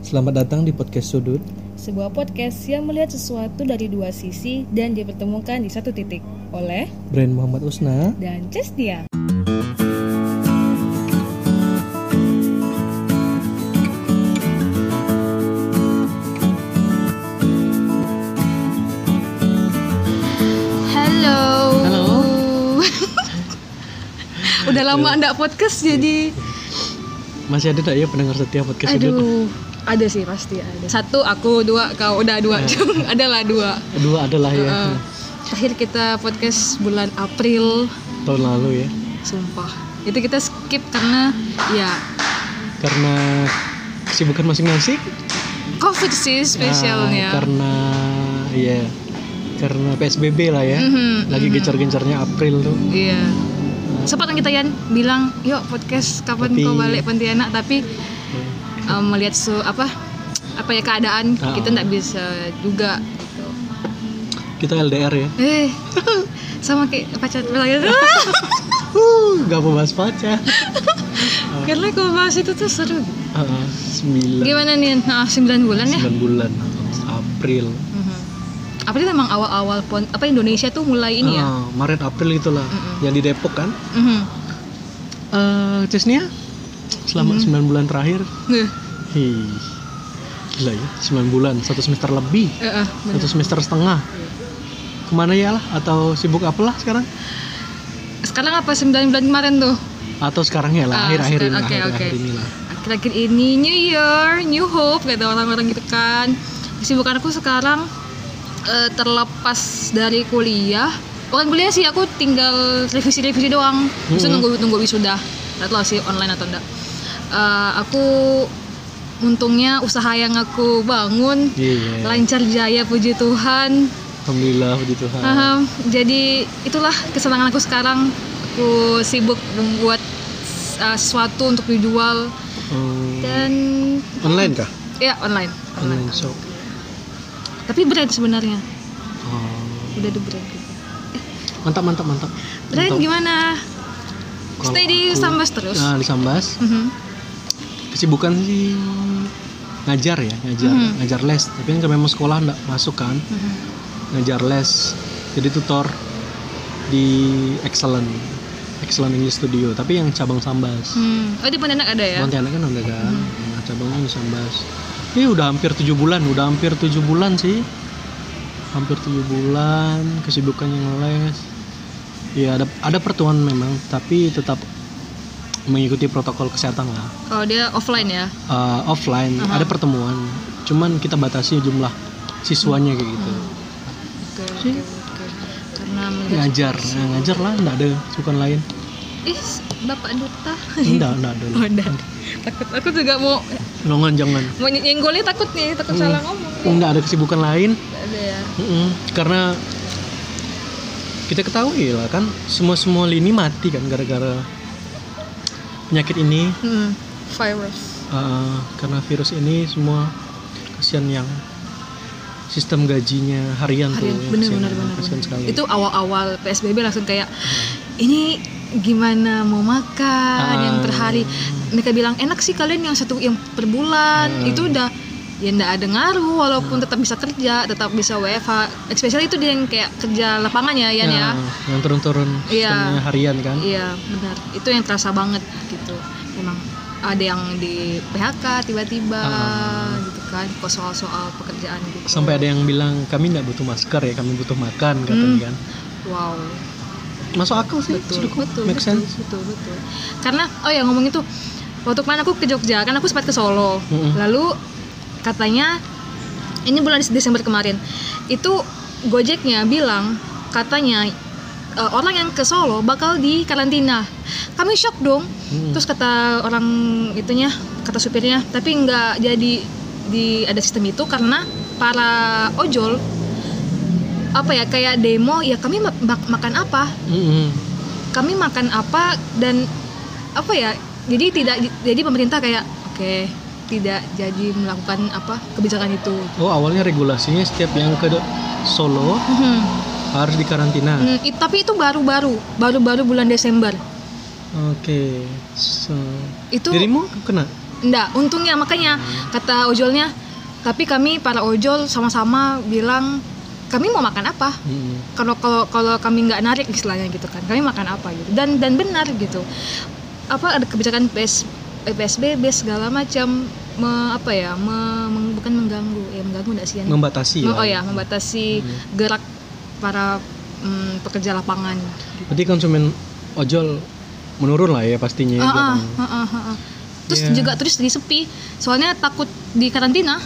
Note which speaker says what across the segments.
Speaker 1: Selamat datang di podcast Sudut.
Speaker 2: sebuah podcast yang melihat sesuatu dari dua sisi dan dipertemukan di satu titik oleh
Speaker 1: Brand Muhammad Usna.
Speaker 2: dan Cestia. Halo.
Speaker 1: Halo.
Speaker 2: Udah lama ndak podcast jadi
Speaker 1: Masih ada tak ya pendengar setia podcast Sudut?
Speaker 2: aduh ada sih pasti ada. Satu aku, dua kau, udah dua. Adalah dua.
Speaker 1: Dua adalah ya
Speaker 2: Heeh. terakhir kita podcast bulan April
Speaker 1: tahun lalu ya.
Speaker 2: sumpah itu kita skip karena ya
Speaker 1: Karena kesibukan masing-masing.
Speaker 2: covid sih
Speaker 1: Ah,
Speaker 2: spesialnya
Speaker 1: karena ya karena PSBB lah ya.
Speaker 2: Mhm,
Speaker 1: Lagi gencar-gencarnya April tuh.
Speaker 2: iya sempat kan kita Yan bilang yuk podcast kapan
Speaker 1: Tapi-
Speaker 2: kau balik Pontianak tapi em, melihat su apa apa ya keadaan
Speaker 1: Ah.
Speaker 2: kita nggak bisa juga gitu
Speaker 1: Kita LDR ya.
Speaker 2: eh sama kayak pacar pacar-
Speaker 1: Huh, gak mau bahas pacar.
Speaker 2: karena kalau bahas itu tuh seru
Speaker 1: Ah, sembilan,
Speaker 2: gimana nih nah, 9 bulan ya
Speaker 1: sembilan bulan April.
Speaker 2: Mhm. April memang awal-awal pon apa Indonesia tuh mulai ini ya.
Speaker 1: Ah, Maret April itulah
Speaker 2: Mhm.
Speaker 1: yang di Depok kan.
Speaker 2: Mhm.
Speaker 1: Eh, Cesnia, selama
Speaker 2: Mm-hmm.
Speaker 1: 9 bulan terakhir,
Speaker 2: Nggih.
Speaker 1: hi, gila ya, 9 bulan, satu semester lebih,
Speaker 2: Heeh, bener.
Speaker 1: satu semester setengah. Kemana ya lah? Atau sibuk apalah sekarang?
Speaker 2: Sekarang apa 9 bulan kemarin tuh?
Speaker 1: Atau sekarang ya lah,
Speaker 2: Ah,
Speaker 1: akhir-akhir ini,
Speaker 2: sekarang, oke,
Speaker 1: akhir-akhir
Speaker 2: oke.
Speaker 1: ini lah.
Speaker 2: Akhir-akhir ini New Year, New Hope kata orang-orang gitu kan. Kesibukan aku sekarang eh, terlepas dari kuliah. Bukan kuliah sih, aku tinggal revisi-revisi doang. Bisa
Speaker 1: Mhm.
Speaker 2: nunggu nunggu wisuda. Nggak tahu sih online atau enggak. Eh, aku untungnya usaha yang aku bangun
Speaker 1: Iya,
Speaker 2: lancar jaya puji Tuhan.
Speaker 1: alhamdulillah puji Tuhan.
Speaker 2: Ahem, jadi itulah kesenangan aku sekarang. Aku sibuk membuat uh, sesuatu untuk dijual
Speaker 1: Hmm,
Speaker 2: dan
Speaker 1: online kah?
Speaker 2: ya online. online.
Speaker 1: Online shop.
Speaker 2: Tapi brand sebenarnya
Speaker 1: Oh,
Speaker 2: udah ada brand.
Speaker 1: mantap, mantap, mantap.
Speaker 2: Brand
Speaker 1: Mantap.
Speaker 2: gimana?
Speaker 1: Kalau
Speaker 2: Stay di
Speaker 1: aku-
Speaker 2: Sambas terus.
Speaker 1: Nah, di Sambas.
Speaker 2: Mhm.
Speaker 1: Kesibukan sih ngajar ya, ngajar,
Speaker 2: Mhm.
Speaker 1: ngajar les. Tapi kan memang sekolah nggak masuk kan.
Speaker 2: Mhm.
Speaker 1: ngajar les jadi tutor di Excellent Excellent English Studio tapi yang cabang Sambas
Speaker 2: Hmm. Oh di Pontianak ada ya?
Speaker 1: Pontianak kan ada kan nah, cabangnya di Sambas ini udah hampir tujuh bulan udah hampir tujuh bulan sih hampir tujuh bulan kesibukan yang les ya ada ada pertemuan memang tapi tetap mengikuti protokol kesehatan lah
Speaker 2: Oh dia offline ya?
Speaker 1: Uh, offline
Speaker 2: Aha.
Speaker 1: ada pertemuan cuman kita batasi jumlah siswanya kayak gitu
Speaker 2: Oke. oke,
Speaker 1: Sih.
Speaker 2: oke. Karena melihat-
Speaker 1: ngajar nah, ngajar lah nggak ada kesibukan lain
Speaker 2: Ih, Bapak Duta.
Speaker 1: Enggak, enggak ada.
Speaker 2: Oh, enggak. Takut aku juga mau
Speaker 1: Longan jangan.
Speaker 2: mau nyenggolnya takut nih, takut
Speaker 1: Hmm.
Speaker 2: salah ngomong.
Speaker 1: Enggak ada kesibukan lain.
Speaker 2: Ada ya.
Speaker 1: Mm-mm. Karena kita ketahui lah kan semua semua lini mati kan gara-gara penyakit ini
Speaker 2: Hmm, virus.
Speaker 1: Uh, karena virus ini semua kasihan yang sistem gajinya harian, tuh
Speaker 2: Harian,
Speaker 1: yang
Speaker 2: bener,
Speaker 1: iya, kasihan, ya,
Speaker 2: bener, bener,
Speaker 1: kasihan
Speaker 2: bener.
Speaker 1: sekali Hmm.
Speaker 2: Itu awal-awal PSBB langsung kayak ini gimana mau makan
Speaker 1: Ah.
Speaker 2: yang per hari. Mereka bilang enak sih kalian yang satu yang per bulan.
Speaker 1: Ah.
Speaker 2: Itu udah ya nggak ada ngaruh walaupun tetap bisa kerja, tetap bisa WFH. Especially itu dia yang kayak kerja lapangan ya Yan ya.
Speaker 1: Nah, yang turun-turun
Speaker 2: Iya.
Speaker 1: sistemnya harian kan
Speaker 2: Iya, benar. Itu yang terasa banget gitu. Memang ada yang di PHK tiba-tiba
Speaker 1: Ah.
Speaker 2: gitu kan, kok soal-soal pekerjaan gitu.
Speaker 1: sampai ada yang bilang kami nggak butuh masker ya kami butuh makan katanya
Speaker 2: Hmm.
Speaker 1: kan
Speaker 2: wow.
Speaker 1: masuk akal sih
Speaker 2: betul
Speaker 1: sudah
Speaker 2: betul
Speaker 1: make
Speaker 2: betul,
Speaker 1: sense
Speaker 2: betul betul karena oh ya ngomong itu waktu kemarin aku ke Jogja kan aku sempat ke Solo
Speaker 1: Mm-mm.
Speaker 2: lalu katanya ini bulan Desember kemarin itu Gojeknya bilang katanya e, orang yang ke Solo bakal di karantina kami shock dong
Speaker 1: Mm.
Speaker 2: terus kata orang itunya kata supirnya tapi nggak jadi di ada sistem itu karena para ojol apa ya kayak demo ya kami ma- mak- makan apa
Speaker 1: Mm-mm.
Speaker 2: kami makan apa dan apa ya jadi tidak jadi pemerintah kayak oke tidak jadi melakukan apa kebijakan itu
Speaker 1: Oh awalnya regulasinya setiap yang ke Solo
Speaker 2: Mhm.
Speaker 1: harus dikarantina.
Speaker 2: Hmm, i- tapi itu baru-baru baru-baru bulan Desember
Speaker 1: Oke. So,
Speaker 2: itu
Speaker 1: dirimu kena?
Speaker 2: enggak untungnya makanya kata ojolnya tapi kami para ojol sama-sama bilang kami mau makan apa
Speaker 1: Mm-mm.
Speaker 2: kalau kalau kalau kami nggak narik istilahnya gitu kan kami makan apa gitu dan dan benar gitu apa ada kebijakan PS, eh, PSBB segala macam me- apa ya me- meng- bukan mengganggu ya mengganggu nggak sih Yan?
Speaker 1: membatasi lah.
Speaker 2: oh
Speaker 1: Hmm.
Speaker 2: ya membatasi gerak para mm, pekerja lapangan
Speaker 1: berarti konsumen ojol menurun lah ya pastinya ya,
Speaker 2: Ah, ah,
Speaker 1: belakangan.
Speaker 2: ah, ah, ah, ah. terus
Speaker 1: Iya.
Speaker 2: juga terus jadi sepi soalnya takut di karantina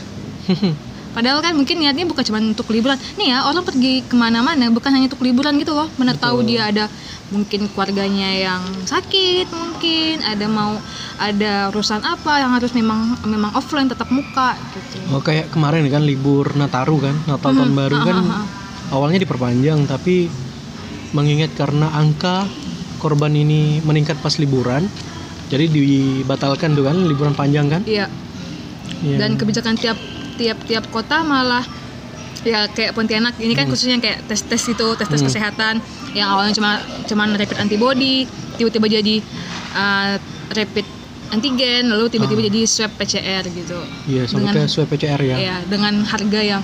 Speaker 2: Padahal kan mungkin niatnya bukan cuma untuk liburan. Nih ya orang pergi kemana-mana bukan hanya untuk liburan gitu loh. Mana tahu
Speaker 1: Betul.
Speaker 2: dia ada mungkin keluarganya yang sakit mungkin ada mau ada urusan apa yang harus memang memang offline tetap muka gitu.
Speaker 1: Oh kayak kemarin kan libur Nataru kan, Natal
Speaker 2: Mhm,
Speaker 1: tahun baru
Speaker 2: ah,
Speaker 1: kan
Speaker 2: ah, ah.
Speaker 1: awalnya diperpanjang tapi mengingat karena angka korban ini meningkat pas liburan, jadi dibatalkan tuh kan liburan panjang kan?
Speaker 2: Iya.
Speaker 1: Iya.
Speaker 2: Dan kebijakan tiap tiap tiap kota malah ya kayak Pontianak ini kan khususnya kayak tes tes itu tes tes
Speaker 1: Hmm.
Speaker 2: kesehatan yang awalnya cuma cuman rapid antibody tiba-tiba jadi eh, rapid antigen lalu tiba-tiba
Speaker 1: Ah.
Speaker 2: jadi swab PCR gitu
Speaker 1: Iya, sama
Speaker 2: dengan-
Speaker 1: kayak swab PCR ya. Hmm.
Speaker 2: ya dengan harga yang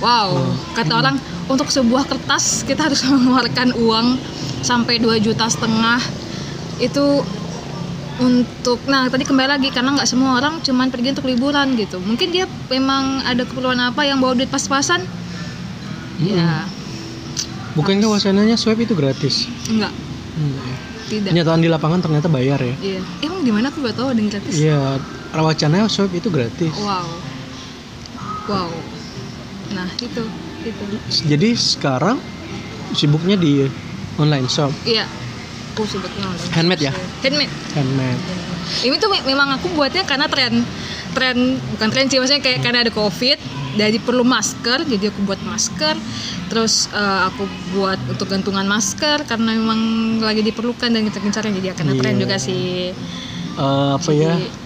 Speaker 2: wow
Speaker 1: Wow.
Speaker 2: kata orang untuk sebuah kertas kita harus mengeluarkan uang sampai 2 juta setengah itu untuk nah tadi kembali lagi karena nggak semua orang cuman pergi untuk liburan gitu mungkin dia memang ada keperluan apa yang bawa duit pas-pasan
Speaker 1: Mm-mm.
Speaker 2: ya
Speaker 1: Bukankah wacananya swab itu gratis?
Speaker 2: enggak
Speaker 1: Hmm, iya.
Speaker 2: Ya, tidak
Speaker 1: Kenyataan di lapangan ternyata bayar ya.
Speaker 2: iya emang di mana aku gak tahu ada yang gratis
Speaker 1: Iya, wacananya swab itu gratis.
Speaker 2: wow wow nah itu itu
Speaker 1: Jadi sekarang sibuknya di online shop,
Speaker 2: iya aku sebutnya online.
Speaker 1: Handmade ya?
Speaker 2: handmade
Speaker 1: handmade.
Speaker 2: ini tuh me- memang aku buatnya karena tren tren bukan tren sih maksudnya kayak karena ada covid jadi perlu masker jadi aku buat masker terus eh, aku buat untuk gantungan masker karena memang lagi diperlukan dan kita gencarnya jadi karena tren
Speaker 1: Iya.
Speaker 2: juga sih
Speaker 1: Eh, apa ya?
Speaker 2: Jadi-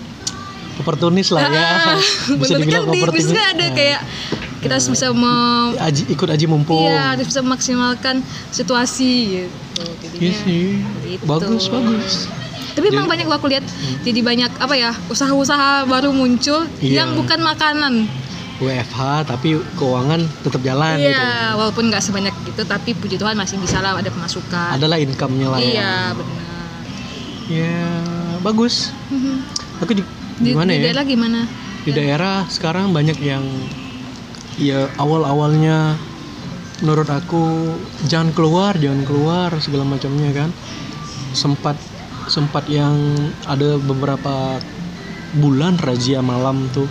Speaker 1: oportunis lah ya bisa
Speaker 2: bener kan
Speaker 1: dibilang
Speaker 2: di
Speaker 1: oportunis
Speaker 2: bisnis ada
Speaker 1: Nah,
Speaker 2: kayak kita harus bisa me
Speaker 1: aji, ikut aji mumpung
Speaker 2: iya, harus bisa memaksimalkan situasi gitu
Speaker 1: Iya
Speaker 2: jadinya
Speaker 1: sih
Speaker 2: Gitu.
Speaker 1: bagus bagus
Speaker 2: tapi emang banyak gua aku lihat
Speaker 1: Hmm.
Speaker 2: jadi banyak apa ya usaha-usaha baru muncul
Speaker 1: Iya.
Speaker 2: yang bukan makanan
Speaker 1: WFH tapi keuangan tetap jalan
Speaker 2: Iya,
Speaker 1: gitu
Speaker 2: walaupun nggak sebanyak itu, tapi puji Tuhan masih bisa lah ada pemasukan.
Speaker 1: adalah income-nya lah ya
Speaker 2: iya, benar.
Speaker 1: ya bagus
Speaker 2: Mhm.
Speaker 1: aku di,
Speaker 2: Di,
Speaker 1: gimana
Speaker 2: di
Speaker 1: ya
Speaker 2: daerah gimana?
Speaker 1: di daerah sekarang banyak yang ya awal awalnya menurut aku jangan keluar jangan keluar segala macamnya kan sempat sempat yang ada beberapa bulan razia malam tuh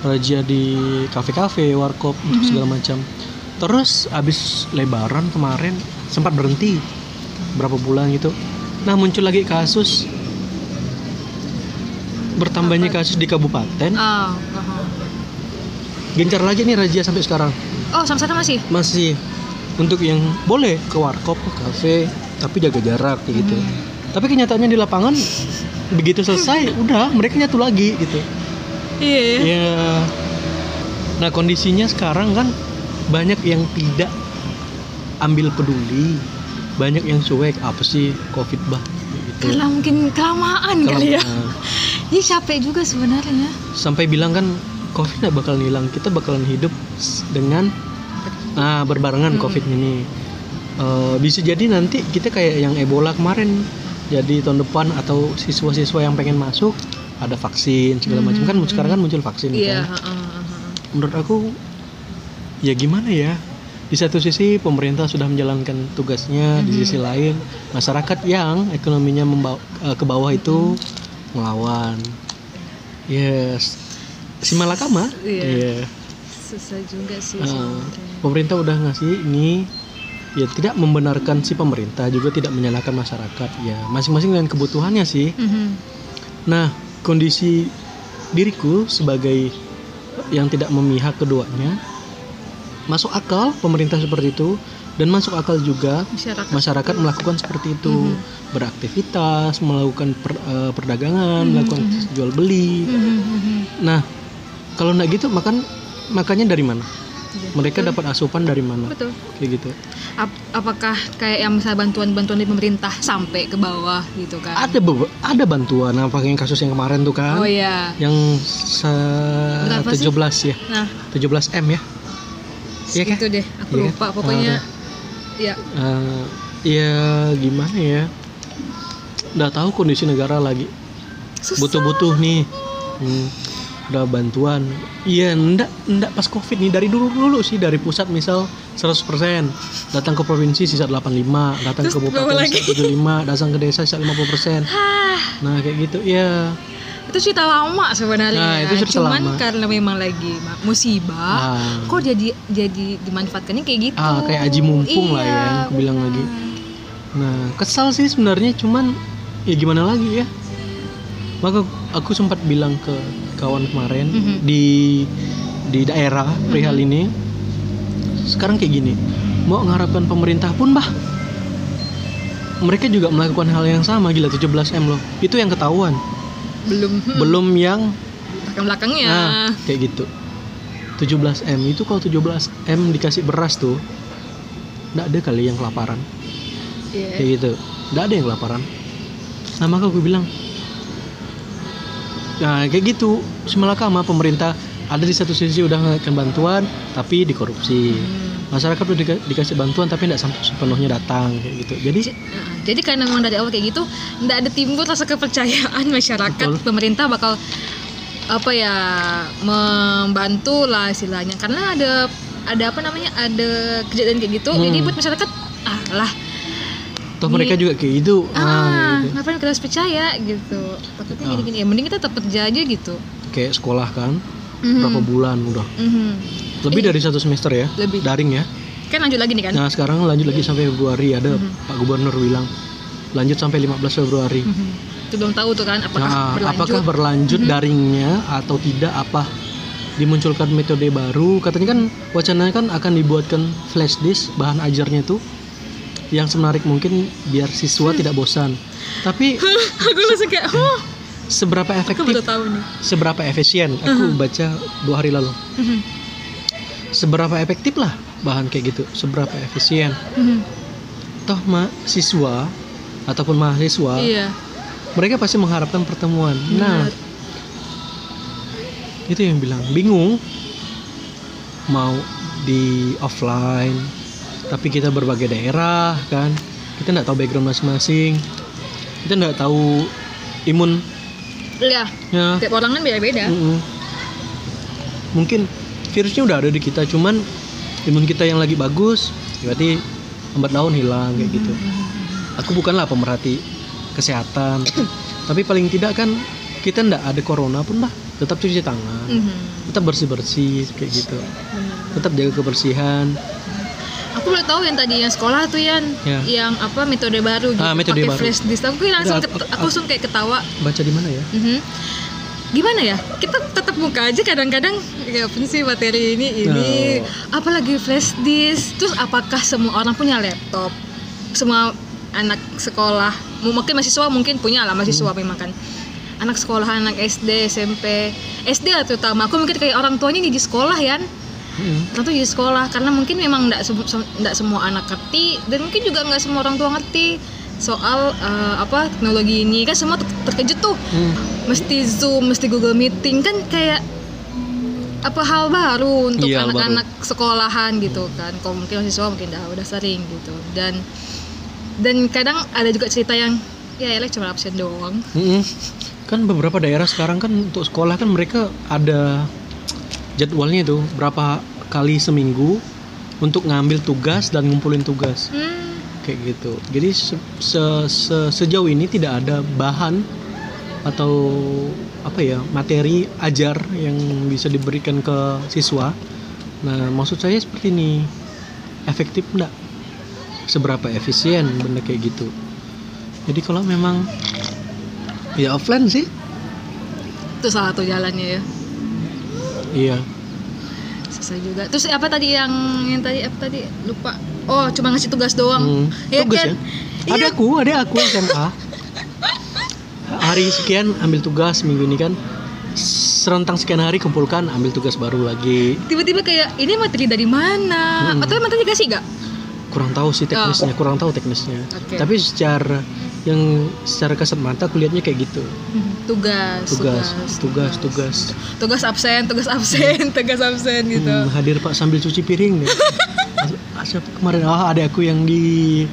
Speaker 1: razia di kafe-kafe warkop untuk segala macam terus abis lebaran kemarin sempat berhenti berapa bulan gitu nah muncul lagi kasus bertambahnya kasus di kabupaten
Speaker 2: Oh, oh.
Speaker 1: gencar lagi nih razia sampai sekarang
Speaker 2: oh sampai sana masih?
Speaker 1: masih untuk yang boleh ke warkop ke kafe tapi jaga jarak kayak gitu
Speaker 2: Hmm.
Speaker 1: tapi kenyataannya di lapangan begitu selesai udah mereka nyatu lagi gitu
Speaker 2: Iya. ya.
Speaker 1: ya nah kondisinya sekarang kan banyak yang tidak ambil peduli banyak yang cuek apa sih covid bah gitu
Speaker 2: Karena mungkin kelamaan kali ya.
Speaker 1: Kalau-
Speaker 2: Ini capek juga sebenarnya.
Speaker 1: sampai bilang kan covid nggak bakal hilang kita bakalan hidup s- dengan ah, berbarengan
Speaker 2: Mm.
Speaker 1: covid ini Eh, bisa jadi nanti kita kayak yang Ebola kemarin jadi tahun depan atau siswa-siswa yang pengen masuk ada vaksin segala macam kan
Speaker 2: Mm,
Speaker 1: sekarang kan muncul vaksin
Speaker 2: Iya.
Speaker 1: kan
Speaker 2: heeh, heeh, heeh.
Speaker 1: menurut aku ya gimana ya di satu sisi pemerintah sudah menjalankan tugasnya di sisi lain masyarakat yang ekonominya memba- eh, ke bawah itu melawan yes simalakama
Speaker 2: Iya.
Speaker 1: Iya.
Speaker 2: Susah juga sih.
Speaker 1: Eh,
Speaker 2: sebenarnya.
Speaker 1: pemerintah udah ngasih ini ya tidak membenarkan si pemerintah juga tidak menyalahkan masyarakat ya masing-masing dengan kebutuhannya sih
Speaker 2: Mhm.
Speaker 1: Nah, kondisi diriku sebagai yang tidak memihak keduanya masuk akal pemerintah seperti itu dan masuk akal juga
Speaker 2: Masyarakat.
Speaker 1: masyarakat melakukan seperti
Speaker 2: Mhm.
Speaker 1: itu beraktivitas melakukan per- eh, perdagangan
Speaker 2: Mhm,
Speaker 1: melakukan jual beli
Speaker 2: Mhm, mhm.
Speaker 1: nah kalau nggak gitu makan makannya dari mana
Speaker 2: Iya.
Speaker 1: mereka dapat asupan dari mana
Speaker 2: betul
Speaker 1: kayak gitu
Speaker 2: Ap- apakah kayak yang misalnya bantuan-bantuan dari pemerintah sampai ke bawah gitu kan
Speaker 1: ada bebe- ada bantuan apa yang kasus yang kemarin tuh kan
Speaker 2: oh iya
Speaker 1: yang se-
Speaker 2: Berapa sih?
Speaker 1: 17 ya
Speaker 2: nah
Speaker 1: 17 m ya Iya kah?
Speaker 2: gitu deh aku
Speaker 1: Iya.
Speaker 2: lupa pokoknya ya
Speaker 1: Eh, ya gimana ya udah tahu kondisi negara lagi
Speaker 2: susah
Speaker 1: butuh-butuh nih Hmm, udah bantuan iya ndak ndak pas covid nih dari dulu dulu sih dari pusat misal 100% datang ke provinsi sisa 85 datang
Speaker 2: Terus
Speaker 1: ke kabupaten
Speaker 2: bawah lagi.
Speaker 1: sisa 75 datang ke desa sisa 50%
Speaker 2: Hah,
Speaker 1: nah kayak gitu ya
Speaker 2: itu cerita lama sebenarnya
Speaker 1: Nah, itu cerita lama.
Speaker 2: cuman karena memang lagi ma- musibah
Speaker 1: Ah.
Speaker 2: kok jadi jadi dimanfaatkannya kayak gitu
Speaker 1: Ah, kayak aji mumpung lah ya,
Speaker 2: Iya,
Speaker 1: aku bilang
Speaker 2: benar.
Speaker 1: lagi. Nah, kesal sih sebenarnya cuman ya gimana lagi ya. Maka aku sempat bilang ke kawan kemarin
Speaker 2: Mhm.
Speaker 1: di di daerah perihal ini. Sekarang kayak gini. Mau ngharapkan pemerintah pun bah mereka juga melakukan hal yang sama gila 17M loh. Itu yang ketahuan,
Speaker 2: Mhm. belum hmm,
Speaker 1: belum yang
Speaker 2: belakang belakangnya
Speaker 1: Nah, kayak gitu. 17M itu kalau 17M dikasih beras tuh nggak ada kali yang kelaparan
Speaker 2: Iya.
Speaker 1: kayak gitu nggak ada yang kelaparan nah maka gue bilang nah kayak gitu semelaka sama pemerintah ada di satu sisi udah ngelakukan bantuan tapi dikorupsi
Speaker 2: Hmm.
Speaker 1: masyarakat udah dika- dikasih bantuan tapi nggak sampai sepenuhnya datang kayak gitu jadi
Speaker 2: Nah, Jadi karena memang dari awal kayak gitu, nggak ada timbul rasa kepercayaan masyarakat,
Speaker 1: Betul.
Speaker 2: pemerintah bakal apa ya membantu lah istilahnya. Karena ada ada apa namanya ada kejadian kayak gitu,
Speaker 1: Hmm.
Speaker 2: jadi buat masyarakat ah lah,
Speaker 1: toh mereka juga kayak gitu
Speaker 2: ah,
Speaker 1: nah, gitu.
Speaker 2: ngapain kita harus percaya gitu. Takutnya
Speaker 1: Ah.
Speaker 2: gini-gini ya, mending kita tetap kerja aja gitu.
Speaker 1: kayak sekolah kan
Speaker 2: Mhm.
Speaker 1: berapa bulan udah
Speaker 2: Mhm.
Speaker 1: lebih dari satu semester ya
Speaker 2: Lebih.
Speaker 1: daring ya
Speaker 2: Kan lanjut lagi nih kan?
Speaker 1: nah sekarang lanjut lagi sampai Februari ada Pak Gubernur bilang lanjut sampai 15 Februari
Speaker 2: Mhm. Itu belum tahu tuh kan apakah
Speaker 1: Nah,
Speaker 2: berlanjut. Mhm.
Speaker 1: apakah berlanjut daringnya atau tidak apa dimunculkan metode baru katanya kan wacananya kan akan dibuatkan flash disk bahan ajarnya itu yang semenarik mungkin biar
Speaker 2: Hmm.
Speaker 1: siswa tidak bosan tapi
Speaker 2: Aku langsung kayak, oh,
Speaker 1: seberapa
Speaker 2: aku baru
Speaker 1: efektif
Speaker 2: tahu nih.
Speaker 1: seberapa efisien
Speaker 2: Uh-huh.
Speaker 1: aku baca dua hari lalu
Speaker 2: Mhm.
Speaker 1: seberapa efektif lah bahan kayak gitu seberapa efisien
Speaker 2: Mhm.
Speaker 1: toh ma siswa ataupun mahasiswa
Speaker 2: Iya.
Speaker 1: mereka pasti mengharapkan pertemuan. Nah,
Speaker 2: Benar.
Speaker 1: itu yang bilang bingung mau di offline, tapi kita berbagai daerah kan, kita nggak tahu background masing-masing, kita nggak tahu imun
Speaker 2: Iya.
Speaker 1: ya,
Speaker 2: Tiap orang kan beda-beda.
Speaker 1: Mm-mm. mungkin virusnya udah ada di kita, cuman imun kita yang lagi bagus, berarti lambat laun hilang kayak gitu. aku bukanlah pemerhati kesehatan tapi paling tidak kan kita ndak ada corona pun lah tetap cuci tangan
Speaker 2: Mhm.
Speaker 1: tetap bersih bersih kayak gitu tetap jaga kebersihan
Speaker 2: Aku baru tahu yang tadi yang sekolah tuh Yan,
Speaker 1: Ya.
Speaker 2: yang apa metode baru gitu,
Speaker 1: Ah, metode
Speaker 2: pakai
Speaker 1: baru.
Speaker 2: flash disk. Aku kayak langsung
Speaker 1: Udah,
Speaker 2: ket-
Speaker 1: aku-
Speaker 2: aku langsung kayak ketawa.
Speaker 1: baca di mana ya
Speaker 2: Mhm. Gimana ya? Kita tetap buka aja kadang-kadang ya apa sih materi ini ini
Speaker 1: Nah.
Speaker 2: apalagi flash disk. Terus apakah semua orang punya laptop? Semua anak sekolah, mu- mungkin mahasiswa mungkin punya lah
Speaker 1: Hmm.
Speaker 2: mahasiswa memang kan. Anak sekolah, anak SD, SMP, SD lah terutama. Aku mungkin kayak orang tuanya di sekolah Yan.
Speaker 1: Mm.
Speaker 2: tentu di sekolah karena mungkin memang tidak semua anak ngerti dan mungkin juga nggak semua orang tua ngerti soal eh, apa teknologi ini kan semua ter- terkejut tuh
Speaker 1: Mm.
Speaker 2: mesti zoom mesti google meeting kan kayak apa hal baru untuk
Speaker 1: Iya, hal baru.
Speaker 2: anak-anak sekolahan gitu kan kalau mungkin mahasiswa mungkin udah udah sering gitu dan dan kadang ada juga cerita yang ya elek cuma absen doang
Speaker 1: Mm-mm. kan beberapa daerah sekarang kan untuk sekolah kan mereka ada jadwalnya itu berapa kali seminggu untuk ngambil tugas dan ngumpulin tugas
Speaker 2: hmm,
Speaker 1: kayak gitu jadi se- se- se- sejauh ini tidak ada bahan atau apa ya materi ajar yang bisa diberikan ke siswa nah maksud saya seperti ini efektif enggak seberapa efisien benda kayak gitu jadi kalau memang ya offline sih
Speaker 2: itu salah satu jalannya ya
Speaker 1: iya
Speaker 2: susah juga terus apa tadi yang yang tadi apa tadi lupa oh cuma ngasih tugas doang
Speaker 1: Hmm,
Speaker 2: ya
Speaker 1: tugas
Speaker 2: kan
Speaker 1: ya
Speaker 2: Iya.
Speaker 1: ada aku ada aku SMA hari sekian ambil tugas minggu ini kan S- serentang sekian hari kumpulkan ambil tugas baru lagi
Speaker 2: tiba-tiba kayak ini materi dari mana
Speaker 1: Hmm.
Speaker 2: atau materi dikasih gak
Speaker 1: kurang tahu sih teknisnya kurang tahu teknisnya
Speaker 2: Oh. Oke.
Speaker 1: tapi secara yang secara kasat mata kulihatnya kayak gitu
Speaker 2: Hmm, tugas
Speaker 1: Tugas, tugas, tugas.
Speaker 2: tugas absen tugas absen tugas absen gitu
Speaker 1: Hmm, hadir pak sambil cuci piring ya. Ah, siapa kemarin ah ada aku yang di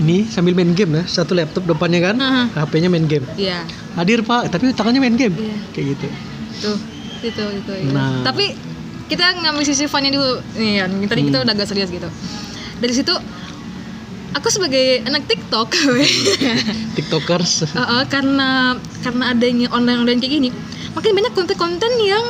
Speaker 1: ini sambil main game ya satu laptop depannya kan
Speaker 2: Aha.
Speaker 1: HP-nya main game
Speaker 2: Iya,
Speaker 1: hadir pak tapi tangannya main game
Speaker 2: Iya.
Speaker 1: kayak gitu
Speaker 2: tuh gitu gitu ya.
Speaker 1: Nah.
Speaker 2: tapi kita ngambil sisi funnya dulu nih ya tadi kita
Speaker 1: Hmm.
Speaker 2: udah agak serius gitu dari situ aku sebagai anak TikTok
Speaker 1: Hmm. tiktokers
Speaker 2: Eh, eh, karena karena adanya online online kayak gini makin banyak konten-konten yang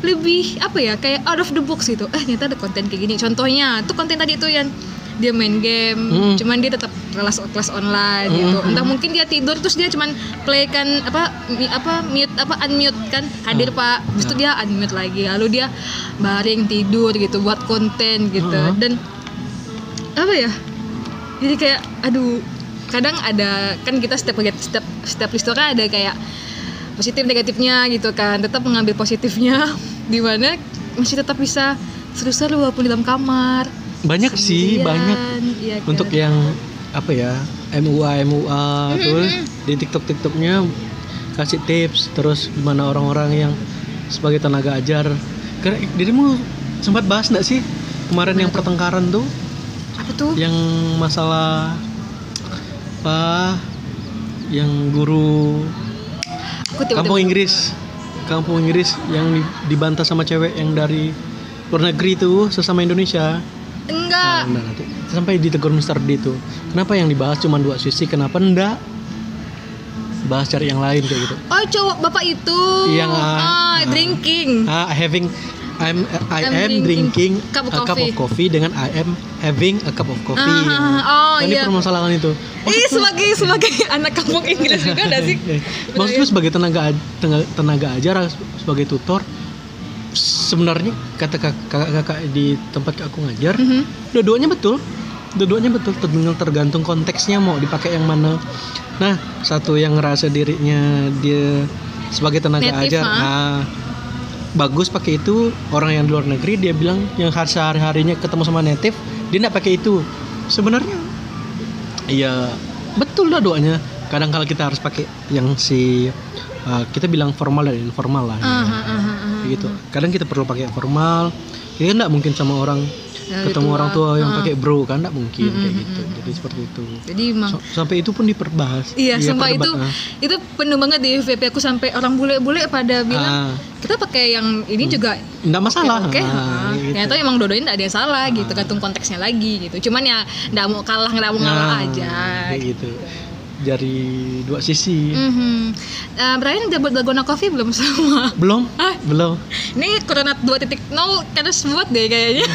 Speaker 2: lebih apa ya kayak out of the box gitu eh ternyata ada konten kayak gini contohnya tuh konten tadi itu yang dia main game
Speaker 1: Hmm.
Speaker 2: cuman dia tetap kelas kelas online gitu
Speaker 1: Hmm.
Speaker 2: entah mungkin dia tidur terus dia cuman play kan apa mi- apa mute apa unmute kan hadir
Speaker 1: Hmm.
Speaker 2: pak Habis itu
Speaker 1: Ya.
Speaker 2: dia unmute lagi lalu dia baring tidur gitu buat konten gitu
Speaker 1: Hmm.
Speaker 2: dan apa ya jadi kayak aduh kadang ada kan kita setiap kegiatan setiap setiap list itu kan ada kayak positif negatifnya gitu kan tetap mengambil positifnya di mana masih tetap bisa seru-seru walaupun di dalam kamar
Speaker 1: banyak sih
Speaker 2: Sendirian,
Speaker 1: banyak
Speaker 2: iya kan?
Speaker 1: untuk yang apa ya MUA MUA terus di TikTok TikToknya kasih tips terus gimana orang-orang yang sebagai tenaga ajar Karena dirimu sempat bahas nggak sih kemarin yang pertengkaran tuh
Speaker 2: apa tuh
Speaker 1: yang masalah apa yang guru
Speaker 2: aku tiba-tiba
Speaker 1: kampung Inggris kampung Inggris yang di- dibantah sama cewek yang dari luar negeri tuh sesama Indonesia
Speaker 2: enggak
Speaker 1: Nah, nanti sampai ditegur Mr. D itu. Kenapa yang dibahas cuma dua sisi? Kenapa enggak bahas cari yang lain kayak gitu?
Speaker 2: oh cowok bapak itu
Speaker 1: Iya, nggak?
Speaker 2: ah,
Speaker 1: Ah.
Speaker 2: drinking
Speaker 1: Ah, having I'm I
Speaker 2: I'm
Speaker 1: am drinking,
Speaker 2: drinking cup of
Speaker 1: a cup of coffee dengan I am having a cup of coffee.
Speaker 2: Ah, oh
Speaker 1: Nah, ini
Speaker 2: iya
Speaker 1: permasalahan itu.
Speaker 2: Ih, sebagai sebagai anak kampung Inggris juga ada sih
Speaker 1: Eh, Maksudku sebagai tenaga aj- tenaga, tenaga ajar sebagai tutor sebenarnya kata kak- kakak-kakak di tempat aku ngajar
Speaker 2: Mhm.
Speaker 1: Dua-duanya betul. Dua-duanya betul tergantung tergantung konteksnya mau dipakai yang mana. Nah, satu yang ngerasa dirinya dia sebagai tenaga
Speaker 2: Native,
Speaker 1: ajar.
Speaker 2: ha?
Speaker 1: Nah, bagus pakai itu orang yang di luar negeri dia bilang yang sehari-harinya ketemu sama native dia nggak pakai itu. Sebenarnya iya betul lah doanya. Kadang kala kita harus pakai yang si uh, kita bilang formal dan informal lah. ya.
Speaker 2: Ah, ah, ah, ah, ah.
Speaker 1: Kayak gitu kadang kita perlu pakai yang formal kita nggak mungkin sama orang
Speaker 2: Yang
Speaker 1: ketemu
Speaker 2: tua.
Speaker 1: orang tua yang
Speaker 2: Ah.
Speaker 1: pakai bro kan nggak mungkin
Speaker 2: Mm,
Speaker 1: kayak
Speaker 2: mm,
Speaker 1: gitu jadi seperti itu
Speaker 2: jadi emang
Speaker 1: So- sampai itu pun diperbahas eh,
Speaker 2: Ah. Iya, sampai itu
Speaker 1: perdebat- ah.
Speaker 2: itu penuh banget di FVP aku sampai orang bule-bule pada
Speaker 1: ah,
Speaker 2: bilang kita pakai yang ini juga Ya,
Speaker 1: nggak masalah
Speaker 2: oke.
Speaker 1: Ah,
Speaker 2: Nah,
Speaker 1: gitu. Ah.
Speaker 2: Ternyata emang dodoin nggak ada yang salah gitu, gantung konteksnya lagi gitu. Cuman ya nggak mau kalah nggak mau
Speaker 1: Nah,
Speaker 2: ngalah aja.
Speaker 1: kayak gitu dari dua sisi
Speaker 2: Mhm. Eh, Brian udah buat dalgona coffee belum sama?
Speaker 1: belum
Speaker 2: Ah.
Speaker 1: belum
Speaker 2: Ini Corona 2.0 harus buat deh kayaknya.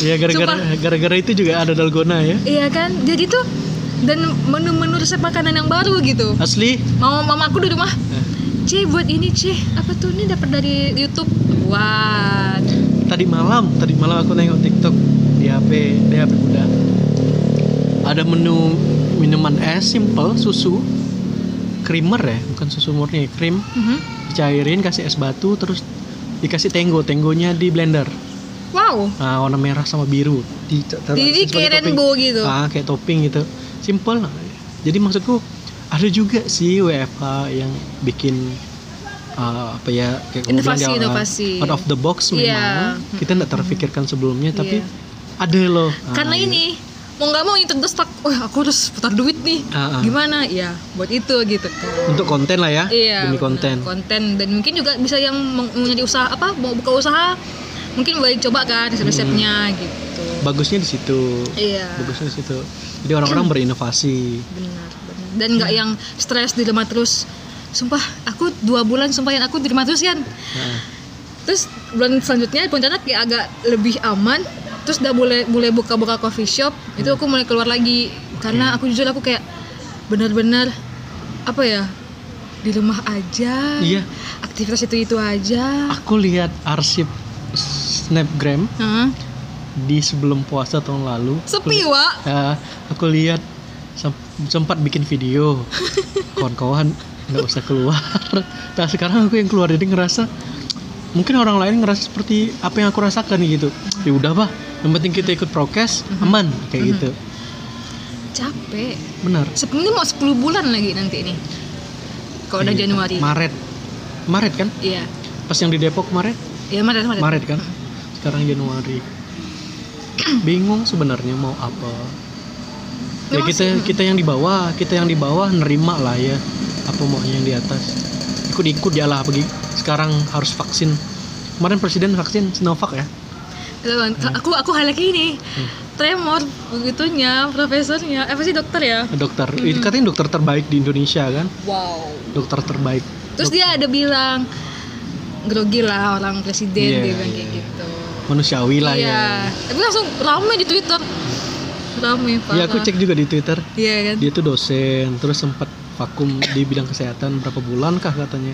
Speaker 1: ya gara-gara gara-gara itu juga ada dalgona ya
Speaker 2: iya kan? Jadi tuh dan menu-menu resep makanan yang baru gitu.
Speaker 1: asli
Speaker 2: Mama mamaku di rumah
Speaker 1: Eh,
Speaker 2: C buat ini C apa tuh ini dapat dari YouTube wah
Speaker 1: tadi malam tadi malam aku nengok TikTok di HP di HP udah ada menu minuman es simple susu creamer ya bukan susu murni krim
Speaker 2: Mhm.
Speaker 1: dicairin kasih es batu terus dikasih tenggo tenggonya di blender
Speaker 2: wow
Speaker 1: nah, warna merah sama biru di
Speaker 2: jadi kayak rainbow gitu
Speaker 1: ah kayak topping gitu simple jadi maksudku ada juga sih WFH yang bikin uh, apa ya kayak gua bilang
Speaker 2: Inovasi,
Speaker 1: di awal,
Speaker 2: inovasi.
Speaker 1: out of the box memang
Speaker 2: Iya.
Speaker 1: kita nggak terpikirkan sebelumnya tapi
Speaker 2: Iya.
Speaker 1: ada loh
Speaker 2: karena
Speaker 1: Ah,
Speaker 2: ini mau nggak mau itu terus tak wah aku harus putar duit nih
Speaker 1: Ah, ah.
Speaker 2: gimana ya buat itu gitu kan
Speaker 1: untuk konten lah ya
Speaker 2: iya
Speaker 1: demi
Speaker 2: benar,
Speaker 1: konten
Speaker 2: konten dan mungkin juga bisa yang meng- mau jadi usaha apa mau buka usaha mungkin boleh coba
Speaker 1: Hmm.
Speaker 2: kan resep-resepnya gitu
Speaker 1: bagusnya di situ
Speaker 2: iya
Speaker 1: bagusnya di situ jadi orang-orang berinovasi
Speaker 2: benar benar dan nggak yang stres di rumah terus sumpah aku dua bulan sumpah yang aku di rumah terus kan
Speaker 1: Nah,
Speaker 2: terus bulan selanjutnya Pontianak kayak agak lebih aman terus udah boleh boleh buka-buka coffee shop itu aku mulai keluar lagi
Speaker 1: Hmm.
Speaker 2: karena aku jujur aku kayak benar-benar apa ya di rumah aja
Speaker 1: Iya.
Speaker 2: aktivitas itu itu aja
Speaker 1: aku lihat arsip snapgram
Speaker 2: Hah?
Speaker 1: di sebelum puasa tahun lalu
Speaker 2: sepi wa
Speaker 1: Ya, Eh, aku lihat sem- sempat bikin video kawan-kawan nggak usah keluar nah sekarang aku yang keluar jadi ngerasa mungkin orang lain ngerasa seperti apa yang aku rasakan gitu ya udah bah yang penting kita ikut prokes aman kayak gitu
Speaker 2: capek
Speaker 1: benar
Speaker 2: Sep- ini mau 10 bulan lagi nanti ini kalau udah
Speaker 1: Kayak gitu.
Speaker 2: Januari
Speaker 1: Maret Maret kan
Speaker 2: iya
Speaker 1: pas yang di Depok Maret
Speaker 2: ya Maret Maret,
Speaker 1: Maret kan sekarang Januari bingung sebenarnya mau apa ya
Speaker 2: Memang sih,
Speaker 1: kita
Speaker 2: mm.
Speaker 1: kita yang di bawah kita yang di bawah nerima lah ya apa maunya yang di atas ikut-ikut ya lah pergi sekarang harus vaksin kemarin presiden vaksin Sinovac ya
Speaker 2: Tuh, kan, aku aku hal lagi ini
Speaker 1: Hmm.
Speaker 2: tremor begitunya profesornya eh, apa sih dokter ya
Speaker 1: dokter itu katanya dokter terbaik di Indonesia kan
Speaker 2: wow
Speaker 1: dokter terbaik
Speaker 2: terus dia ada bilang grogi lah orang presiden
Speaker 1: Iya,
Speaker 2: dia bilang kayak
Speaker 1: iya.
Speaker 2: gitu
Speaker 1: manusiawi lah ya.
Speaker 2: iya tapi langsung rame di twitter rame
Speaker 1: ya ya
Speaker 2: parah
Speaker 1: aku cek juga di Twitter
Speaker 2: iya kan
Speaker 1: dia tuh dosen terus sempat vakum di bidang kesehatan berapa bulan kah katanya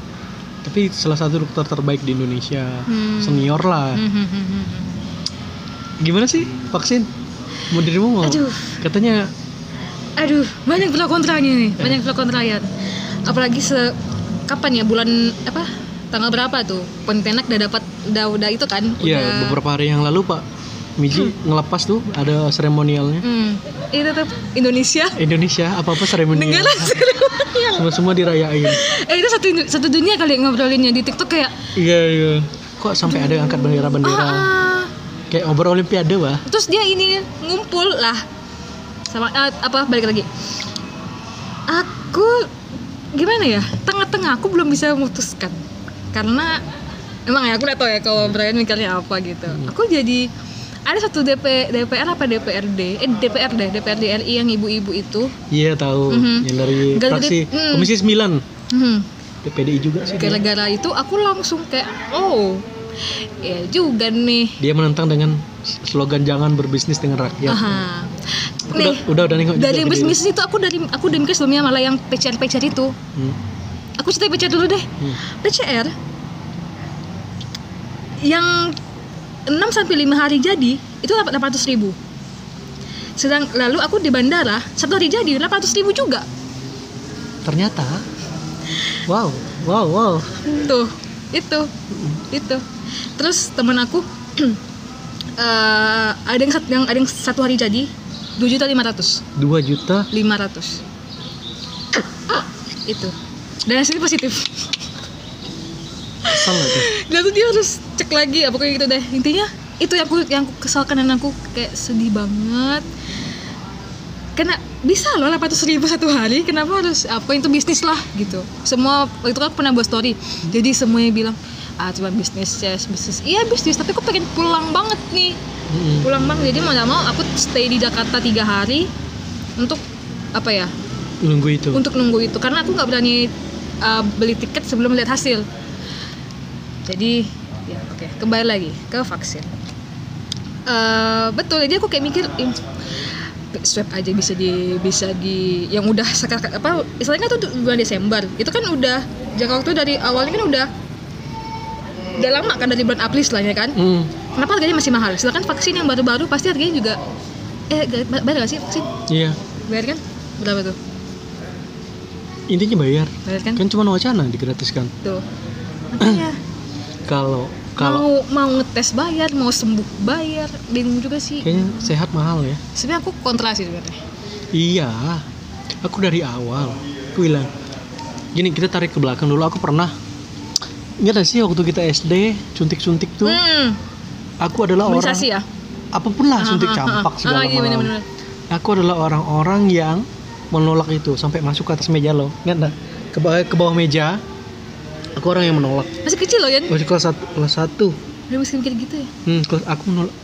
Speaker 1: tapi salah satu dokter terbaik di Indonesia
Speaker 2: Hmm.
Speaker 1: senior lah
Speaker 2: Hmm, hmm, hmm, hmm.
Speaker 1: gimana sih vaksin mau dirimu mau
Speaker 2: Aduh.
Speaker 1: katanya
Speaker 2: aduh banyak pro kontranya nih
Speaker 1: Iya.
Speaker 2: banyak pro kontranya apalagi se kapan ya bulan apa tanggal berapa tuh Pontianak udah dapat udah udah itu kan
Speaker 1: ya
Speaker 2: udah-
Speaker 1: beberapa hari yang lalu Pak Miji ngelepas tuh ada seremonialnya
Speaker 2: hmm, itu tetap Indonesia
Speaker 1: Iya. Indonesia apa apa seremonial
Speaker 2: negara seremonial
Speaker 1: semua semua dirayain
Speaker 2: eh itu satu satu dunia kali ngobrolinnya di TikTok kayak
Speaker 1: iya iya kok sampai ada angkat bendera
Speaker 2: ah,
Speaker 1: bendera
Speaker 2: ah.
Speaker 1: kayak obrol olimpiade bah
Speaker 2: terus dia ini ngumpul lah sama eh, apa balik lagi aku gimana ya tengah-tengah aku belum bisa memutuskan karena emang ya aku udah tau ya kalau Brian mikirnya apa gitu aku jadi ada satu DP DPR apa DPRD eh DPR deh DPRD RI yang ibu-ibu itu
Speaker 1: iya tahu
Speaker 2: Mhm.
Speaker 1: yang dari
Speaker 2: Gara-gara-
Speaker 1: fraksi
Speaker 2: mm.
Speaker 1: komisi 9
Speaker 2: hmm.
Speaker 1: PDI juga sih dia.
Speaker 2: gara-gara itu aku langsung kayak oh ya juga nih
Speaker 1: Dia menentang dengan slogan jangan berbisnis dengan rakyat.
Speaker 2: Aha.
Speaker 1: Iya. Aku
Speaker 2: nih
Speaker 1: Udah, udah udah nengok juga
Speaker 2: dari
Speaker 1: ke dia.
Speaker 2: bisnis itu aku dari aku udah mikir sebelumnya malah yang PCR-PCR itu
Speaker 1: Hmm,
Speaker 2: aku cerita PCR dulu deh
Speaker 1: hmm.
Speaker 2: PCR yang 6 sampai 5 hari jadi itu 800 ribu sedang lalu aku di bandara satu hari jadi 800 ribu juga
Speaker 1: Ternyata wow, wow, wow.
Speaker 2: tuh itu itu terus teman aku eh, ada yang sat- yang ada yang satu hari jadi dua juta lima ratus
Speaker 1: 2 juta
Speaker 2: 500 itu dan hasilnya positif
Speaker 1: salah tuh.
Speaker 2: dan tuh dia harus cek lagi apa kayak gitu deh intinya itu yang aku yang aku kesalkan dan aku kayak sedih banget karena bisa loh 800 ribu satu hari kenapa harus apa itu bisnis lah gitu semua waktu itu kan aku pernah buat story jadi semuanya bilang ah cuma bisnis ya bisnis iya bisnis tapi aku pengen pulang banget nih
Speaker 1: Mm-mm.
Speaker 2: pulang banget jadi mau nggak mau aku stay di Jakarta tiga hari untuk apa ya
Speaker 1: Nunggu itu.
Speaker 2: untuk nunggu itu karena aku nggak berani uh, beli tiket sebelum lihat hasil jadi ya oke kembali lagi ke vaksin Eh, betul jadi aku kayak mikir "Ih, swab aja bisa di bisa di yang udah sekarang apa istilahnya kan tuh bulan Desember itu kan udah jangka waktu dari awalnya kan udah udah lama kan dari bulan April istilahnya kan
Speaker 1: Mm.
Speaker 2: kenapa harganya masih mahal sedangkan vaksin yang baru-baru pasti harganya juga eh ga- bayar nggak sih vaksin
Speaker 1: Iya.
Speaker 2: bayar kan berapa tuh
Speaker 1: Intinya bayar.
Speaker 2: bayar kan
Speaker 1: Kan cuma wacana digratiskan.
Speaker 2: tuh Gitu. makanya
Speaker 1: Kalau kalau
Speaker 2: mau mau ngetes bayar mau sembuh bayar bingung juga sih
Speaker 1: kayaknya sehat mahal ya.
Speaker 2: sebenarnya aku kontra sih sebenarnya
Speaker 1: Iya, aku dari awal aku bilang gini kita tarik ke belakang dulu. Aku pernah ingat gak sih waktu kita SD suntik-suntik tuh
Speaker 2: hmm
Speaker 1: aku adalah orang
Speaker 2: imunisasi ya
Speaker 1: apapun lah suntik
Speaker 2: Ah, ah, ah,
Speaker 1: campak
Speaker 2: ah.
Speaker 1: segala
Speaker 2: Ah, iya,
Speaker 1: macam.
Speaker 2: bener-bener.
Speaker 1: Aku adalah orang-orang yang menolak itu sampai masuk ke atas meja loh. Ingat nggak? Ke bawah, ke bawah meja. Aku orang yang menolak.
Speaker 2: masih kecil loh Yan
Speaker 1: Masih kelas satu, kelas satu.
Speaker 2: udah masih mikir gitu ya
Speaker 1: Hmm, kelas aku menolak.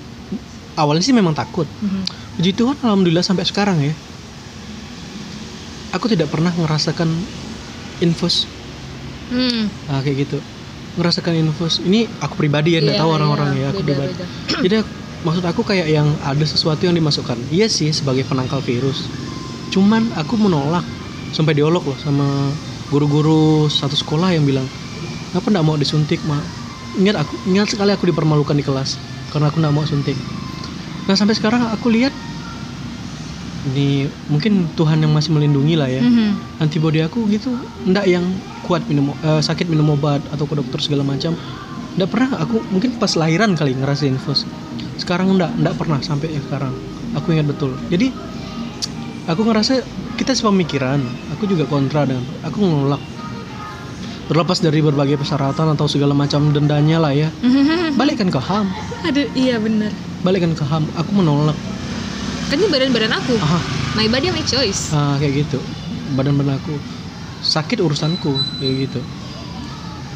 Speaker 1: Awalnya sih memang takut.
Speaker 2: Mhm.
Speaker 1: Puji Tuhan alhamdulillah sampai sekarang ya. Aku tidak pernah merasakan infus
Speaker 2: hmm.
Speaker 1: ah, kayak gitu. Ngerasakan infus. Ini aku pribadi ya, nggak
Speaker 2: Iya,
Speaker 1: tahu orang-orang
Speaker 2: iya,
Speaker 1: ya, aku
Speaker 2: beda,
Speaker 1: pribadi.
Speaker 2: beda.
Speaker 1: Jadi aku- maksud aku kayak yang ada sesuatu yang dimasukkan. Iya sih sebagai penangkal virus. Cuman aku menolak sampai diolok loh sama guru-guru satu sekolah yang bilang, "Kenapa nggak mau disuntik, Ma?" Ingat aku ingat sekali aku dipermalukan di kelas karena aku nggak mau suntik. Nah, sampai sekarang aku lihat ini mungkin Tuhan yang masih melindungi lah ya
Speaker 2: Mhm.
Speaker 1: antibodi aku gitu ndak yang kuat minum eh, sakit minum obat atau ke dokter segala macam ndak pernah aku mungkin pas lahiran kali ngerasain first sekarang ndak ndak pernah sampai yang sekarang aku ingat betul jadi aku ngerasa kita sepemikiran aku juga kontra dengan aku nolak terlepas dari berbagai persyaratan atau segala macam dendanya lah ya
Speaker 2: Mhm.
Speaker 1: balikkan ke ham
Speaker 2: Aduh, iya bener.
Speaker 1: balikkan ke ham aku menolak
Speaker 2: Kan ini badan-badan aku.
Speaker 1: ah
Speaker 2: My body, my choice.
Speaker 1: Ah, kayak gitu. Badan badan aku sakit urusanku kayak gitu.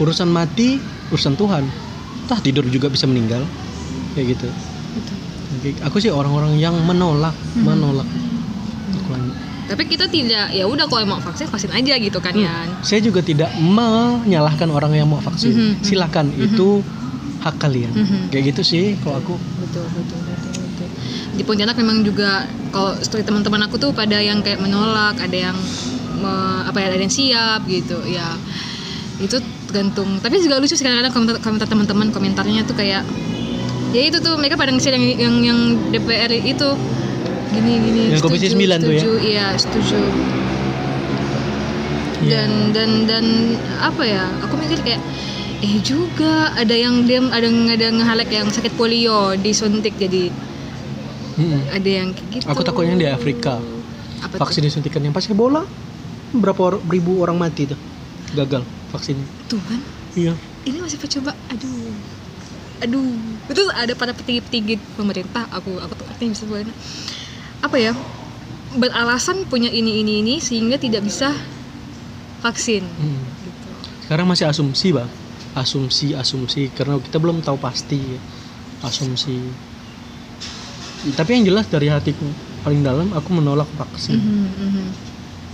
Speaker 1: Urusan mati urusan Tuhan. Tah tidur juga bisa meninggal kayak gitu.
Speaker 2: Gitu.
Speaker 1: Oke, Aku sih orang-orang yang menolak,
Speaker 2: Mhm.
Speaker 1: menolak. Aku lanjut.
Speaker 2: Tapi kita tidak, ya udah kalau emang vaksin vaksin aja gitu
Speaker 1: Hmm.
Speaker 2: kan Yan.
Speaker 1: Saya juga tidak menyalahkan orang yang mau vaksin.
Speaker 2: Mhm.
Speaker 1: Silakan
Speaker 2: Mhm.
Speaker 1: itu hak kalian.
Speaker 2: Mhm.
Speaker 1: Kayak gitu sih kalau aku.
Speaker 2: Betul, betul, betul, betul. Di Pontianak memang juga kalau story teman-teman aku tuh pada yang kayak menolak, ada yang me- apa ya, ada yang siap gitu. Ya itu tergantung. Tapi juga lucu sih kadang-kadang komentar, komentar teman-teman komentarnya tuh kayak ya itu tuh mereka pada ngisi yang yang, yang DPR itu gini gini
Speaker 1: Yang Komisi 9 tuh ya?
Speaker 2: setuju, iya setuju
Speaker 1: Iya.
Speaker 2: dan dan dan apa ya aku mikir kayak eh juga ada yang diam ada yang ada yang ngehalek yang sakit polio disuntik jadi
Speaker 1: Mhm.
Speaker 2: ada yang kayak gitu
Speaker 1: Aku takutnya di Afrika.
Speaker 2: apa
Speaker 1: Vaksin disuntikan yang pas Ebola berapa or- ribu orang mati tuh gagal vaksinnya.
Speaker 2: tuh? tuh kan
Speaker 1: Iya.
Speaker 2: ini masih percoba aduh aduh itu ada para petinggi-petinggi pemerintah aku aku tuh artinya sebenarnya apa ya beralasan punya ini ini ini sehingga tidak bisa vaksin
Speaker 1: Mhm.
Speaker 2: gitu
Speaker 1: sekarang masih asumsi bah asumsi asumsi karena kita belum tahu pasti ya. asumsi tapi yang jelas dari hatiku paling dalam aku menolak vaksin
Speaker 2: Mhm,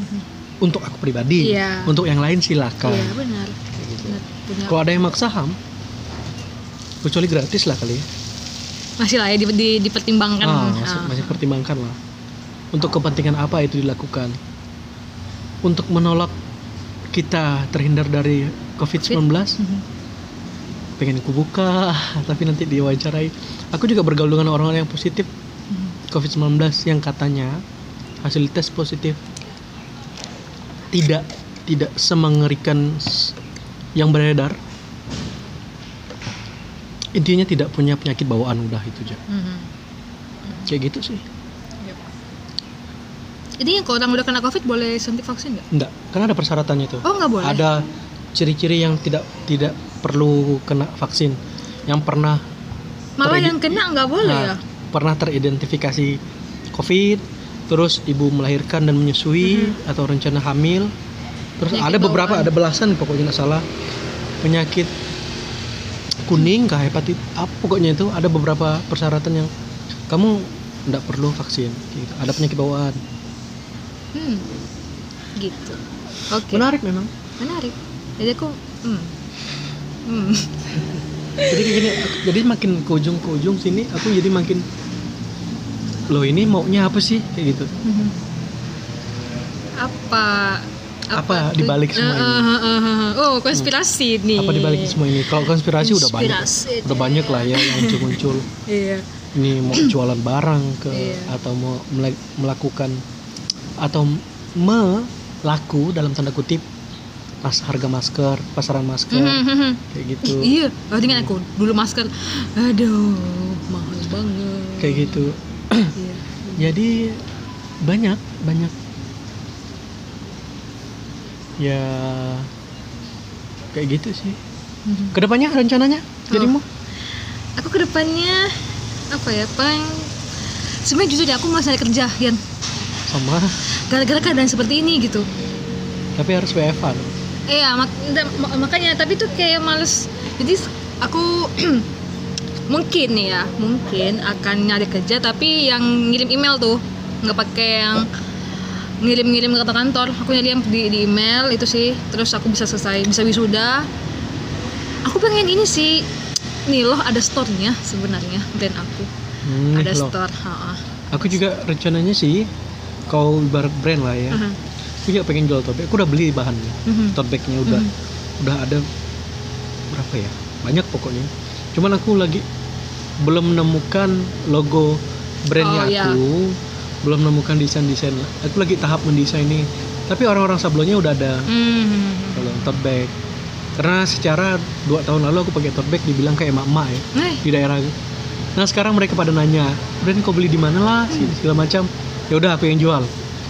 Speaker 2: mhm.
Speaker 1: untuk aku pribadi
Speaker 2: Iya.
Speaker 1: untuk yang lain silakan
Speaker 2: iya benar Benar, punya
Speaker 1: kalau ada yang maksa ham kecuali gratis lah kali ya.
Speaker 2: masih lah ya di, di, dipertimbangkan
Speaker 1: ah,
Speaker 2: Ah.
Speaker 1: masih, masih pertimbangkan lah untuk kepentingan apa itu dilakukan untuk menolak kita terhindar dari COVID-19
Speaker 2: Mhm.
Speaker 1: pengen ku buka tapi nanti diwawancarai aku juga bergaul dengan orang-orang yang positif
Speaker 2: Mhm.
Speaker 1: COVID-19 yang katanya hasil tes positif tidak tidak semengerikan s- yang beredar intinya tidak punya penyakit bawaan udah itu aja
Speaker 2: Mhm.
Speaker 1: kayak gitu sih
Speaker 2: Yep. Jadi yang kalau orang udah kena covid boleh suntik vaksin nggak?
Speaker 1: enggak karena kan ada persyaratannya tuh
Speaker 2: Oh nggak boleh.
Speaker 1: ada ciri-ciri yang tidak tidak perlu kena vaksin yang pernah
Speaker 2: Malah
Speaker 1: teridi-
Speaker 2: yang kena nggak boleh
Speaker 1: Nah,
Speaker 2: ya?
Speaker 1: pernah teridentifikasi COVID, terus ibu melahirkan dan menyusui atau rencana hamil, terus
Speaker 2: Mm-hmm. Penyakit
Speaker 1: ada beberapa
Speaker 2: bawaan.
Speaker 1: ada belasan pokoknya nggak salah penyakit kuning,
Speaker 2: Mm-hmm.
Speaker 1: kah hepatit, apa pokoknya itu ada beberapa persyaratan yang kamu nggak perlu vaksin, gitu. ada penyakit bawaan.
Speaker 2: Hmm. Gitu. Oke.
Speaker 1: Menarik memang.
Speaker 2: Menarik. Jadi aku, hmm. Hmm.
Speaker 1: Jadi kayak gini, aku- jadi makin ke ujung ke ujung sini aku jadi makin loh ini maunya apa sih kayak gitu.
Speaker 2: Mhm. apa?
Speaker 1: Apa
Speaker 2: tuh-
Speaker 1: dibalik semua ini? Hmm.
Speaker 2: Eh, eh, eh, eh, eh. Oh konspirasi nih.
Speaker 1: Apa dibalik semua ini? Kalau konspirasi udah banyak.
Speaker 2: Konspirasi,
Speaker 1: udah banyak lah ya yang muncul-muncul
Speaker 2: Iya.
Speaker 1: ini mau jualan barang ke
Speaker 2: Iya.
Speaker 1: atau mau mela- melakukan atau melaku dalam tanda kutip pas harga masker pasaran masker
Speaker 2: Mhm.
Speaker 1: kayak
Speaker 2: Ih,
Speaker 1: gitu
Speaker 2: Iya, oh, dengan aku dulu masker. Aduh, mahal banget.
Speaker 1: kayak gitu
Speaker 2: Iya.
Speaker 1: jadi banyak banyak ya kayak gitu sih
Speaker 2: Mhm.
Speaker 1: kedepannya rencananya jadi
Speaker 2: Oh.
Speaker 1: mau
Speaker 2: Aku kedepannya apa ya, paling sebenarnya jujur deh aku malas nyari kerja Yan
Speaker 1: sama
Speaker 2: gara-gara keadaan seperti ini gitu
Speaker 1: tapi harus WFH loh.
Speaker 2: iya mak- da- ma- makanya tapi tuh kayak males jadi s- aku mungkin nih ya mungkin akan nyari kerja tapi yang ngirim email tuh nggak pakai yang ngirim-ngirim ke kantor aku nyari yang di, di email itu sih terus aku bisa selesai bisa wisuda aku pengen ini sih nih loh ada store-nya sebenarnya brand aku
Speaker 1: Hmm,
Speaker 2: ada
Speaker 1: loh.
Speaker 2: store ha-ha.
Speaker 1: aku juga rencananya sih kalau ibarat brand lah ya
Speaker 2: Mhm,
Speaker 1: aku juga pengen jual tote bag aku udah beli bahannya
Speaker 2: mhm,
Speaker 1: tote bagnya udah
Speaker 2: mhm.
Speaker 1: udah ada berapa ya banyak pokoknya cuman aku lagi belum menemukan logo brandnya
Speaker 2: Oh, iya.
Speaker 1: aku belum menemukan desain desain lah aku lagi tahap mendesain nih tapi orang-orang sebelumnya udah ada
Speaker 2: Hmm.
Speaker 1: kalau tote bag karena secara dua tahun lalu aku pakai tote bag dibilang kayak emak-emak ya
Speaker 2: Eh,
Speaker 1: di daerah nah sekarang mereka pada nanya Bren kau beli di mana lah segala- segala macam ya udah aku yang jual